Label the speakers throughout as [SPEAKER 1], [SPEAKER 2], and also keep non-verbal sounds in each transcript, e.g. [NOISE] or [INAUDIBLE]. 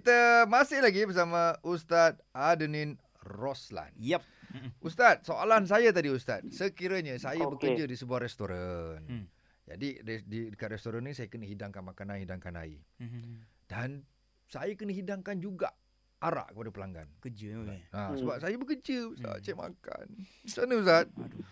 [SPEAKER 1] Kita masih lagi bersama Ustaz Adenin Roslan.
[SPEAKER 2] Yep.
[SPEAKER 1] Ustaz, soalan saya tadi Ustaz. Sekiranya saya okay.
[SPEAKER 3] Okey.
[SPEAKER 1] bekerja di sebuah restoran. Hmm.
[SPEAKER 2] Hmm.
[SPEAKER 1] Jadi di, di dekat restoran ni saya kena hidangkan makanan, hidangkan air.
[SPEAKER 2] Mm-hmm.
[SPEAKER 1] Dan saya kena hidangkan juga arak kepada pelanggan.
[SPEAKER 2] Kerja ni.
[SPEAKER 1] Ha, hmm.
[SPEAKER 3] Hmm.
[SPEAKER 1] sebab saya bekerja Ustaz,
[SPEAKER 2] Hmm.
[SPEAKER 1] cek makan. Macam mana Ustaz?
[SPEAKER 2] Aduh.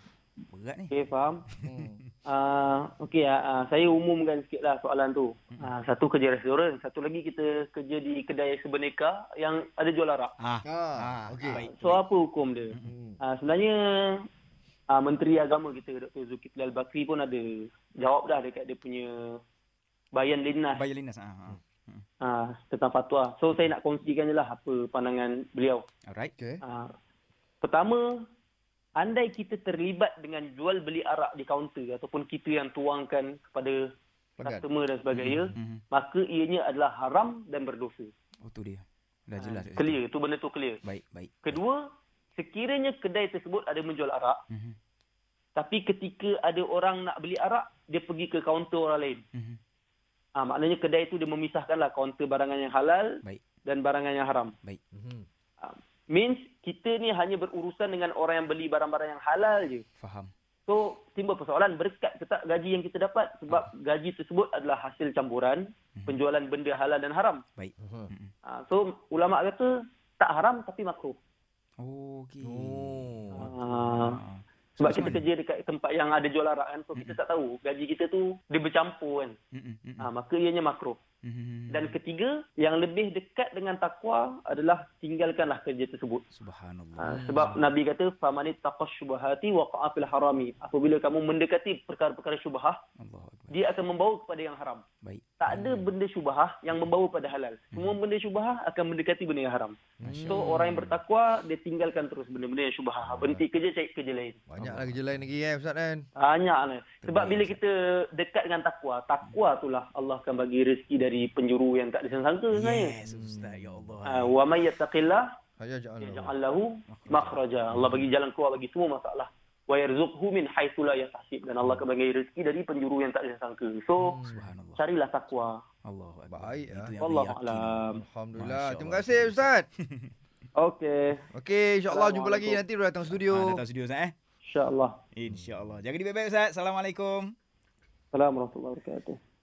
[SPEAKER 2] Berat ni.
[SPEAKER 3] Okey, faham.
[SPEAKER 1] Hmm.
[SPEAKER 3] Uh, Okey, uh, saya umumkan sikit lah soalan tu. Uh, satu kerja restoran, satu lagi kita kerja di kedai sebeneka yang ada jual arak.
[SPEAKER 2] Ah.
[SPEAKER 1] [LAUGHS] Ha, okey.
[SPEAKER 2] Baik.
[SPEAKER 3] So, apa hukum dia?
[SPEAKER 1] Hmm.
[SPEAKER 3] Uh, sebenarnya, uh, Menteri Agama kita, Dr. Zulkifli Al-Bakri pun ada jawab dah dekat dia punya bayan linah
[SPEAKER 2] Bayar linas. Ah. ah.
[SPEAKER 3] uh, tentang fatwa. So, saya nak kongsikan je lah apa pandangan beliau.
[SPEAKER 2] Alright.
[SPEAKER 1] Okey.
[SPEAKER 3] Uh, pertama, andai kita terlibat dengan jual beli arak di kaunter ataupun kita yang tuangkan kepada
[SPEAKER 1] Pelanggan.
[SPEAKER 3] customer dan sebagainya,
[SPEAKER 2] Mhm.
[SPEAKER 3] maka ianya adalah haram dan berdosa.
[SPEAKER 2] Oh tu dia. Dah jelas. kat situ.
[SPEAKER 3] Ah, Clear, tu benda tu clear.
[SPEAKER 2] Baik, baik.
[SPEAKER 3] Kedua, sekiranya kedai tersebut ada menjual arak,
[SPEAKER 2] Mhm.
[SPEAKER 3] tapi ketika ada orang nak beli arak, dia pergi ke kaunter orang lain.
[SPEAKER 2] Mhm.
[SPEAKER 3] Ha, maknanya kedai tu dia memisahkanlah kaunter barangan yang halal
[SPEAKER 2] Baik.
[SPEAKER 3] dan barangan yang haram. Ah,
[SPEAKER 1] Hmm.
[SPEAKER 3] Means kita ni hanya berurusan dengan orang yang beli barang-barang yang halal je.
[SPEAKER 2] Faham.
[SPEAKER 3] So, timbul persoalan berkat ke tak gaji yang kita dapat
[SPEAKER 2] Hmm.
[SPEAKER 3] sebab gaji tersebut adalah hasil campuran
[SPEAKER 2] Mhm.
[SPEAKER 3] penjualan benda halal dan haram.
[SPEAKER 2] Baik.
[SPEAKER 1] Hmm.
[SPEAKER 2] Mhm.
[SPEAKER 3] Ha, so ulama kata tak haram tapi makruh.
[SPEAKER 2] Oh, okey.
[SPEAKER 1] Oh.
[SPEAKER 3] Ha,
[SPEAKER 2] Ah. macam
[SPEAKER 3] sebab kita
[SPEAKER 2] mana? Hmm.
[SPEAKER 3] kerja dekat tempat yang ada jual arak kan. So kita tak tahu gaji kita tu dia bercampur kan.
[SPEAKER 2] Mhm, mhm,
[SPEAKER 3] Ha, maka ianya makruh.
[SPEAKER 2] mhm.
[SPEAKER 3] Dan ketiga, yang lebih dekat dengan takwa adalah tinggalkanlah kerja tersebut.
[SPEAKER 2] Subhanallah.
[SPEAKER 3] Ha, sebab Nabi kata famani taqash syubhati waqa'a fil harami. Apabila kamu mendekati perkara-perkara syubhah,
[SPEAKER 2] Allahu akbar.
[SPEAKER 3] dia akan membawa kepada yang haram.
[SPEAKER 2] Baik. Ah.
[SPEAKER 3] Tak
[SPEAKER 2] Hmm.
[SPEAKER 3] ada benda syubhah yang membawa pada halal. Semua benda syubhah akan mendekati benda yang haram.
[SPEAKER 2] Masya
[SPEAKER 3] So orang yang bertakwa dia tinggalkan terus benda-benda yang
[SPEAKER 2] Hmm.
[SPEAKER 3] syubhah. Berhenti kerja cari kerja lain.
[SPEAKER 1] Banyaklah kerja lain lagi eh Ustaz kan.
[SPEAKER 3] Banyaklah. Sebab
[SPEAKER 2] Terbaik,
[SPEAKER 3] bila kita dekat dengan takwa, takwa itulah Allah akan bagi rezeki dari penjuru yang tak disangka sebenarnya.
[SPEAKER 2] Yes, ustaz. Ya Allah.
[SPEAKER 3] Ah, wa may yattaqillah
[SPEAKER 1] Hajaja'an.
[SPEAKER 3] yaj'al lahu makhraja. Allah bagi jalan keluar bagi semua masalah. Wa yarzuqhu min haitsu la yahtasib dan Allah akan bagi rezeki dari penjuru yang tak disangka. So
[SPEAKER 2] Subhanallah.
[SPEAKER 3] carilah takwa.
[SPEAKER 2] Allahu akbar.
[SPEAKER 1] Baik, ah.
[SPEAKER 2] Itu Hmm. yang Hmm.
[SPEAKER 3] Wallahu
[SPEAKER 2] yakin.
[SPEAKER 3] a'lam.
[SPEAKER 1] Alhamdulillah.
[SPEAKER 2] Masya
[SPEAKER 1] Terima
[SPEAKER 2] Allah.
[SPEAKER 1] kasih Ustaz.
[SPEAKER 3] Okey,
[SPEAKER 1] Okey, insyaAllah jumpa lagi
[SPEAKER 3] Assalamualaikum.
[SPEAKER 1] nanti dia datang
[SPEAKER 2] Ah,
[SPEAKER 1] studio.
[SPEAKER 2] datang studio Ustaz eh.
[SPEAKER 3] insya-Allah.
[SPEAKER 2] InsyaAllah. Jaga diri baik-baik Ustaz. Assalamualaikum.
[SPEAKER 3] Assalamualaikum warahmatullahi wabarakatuh.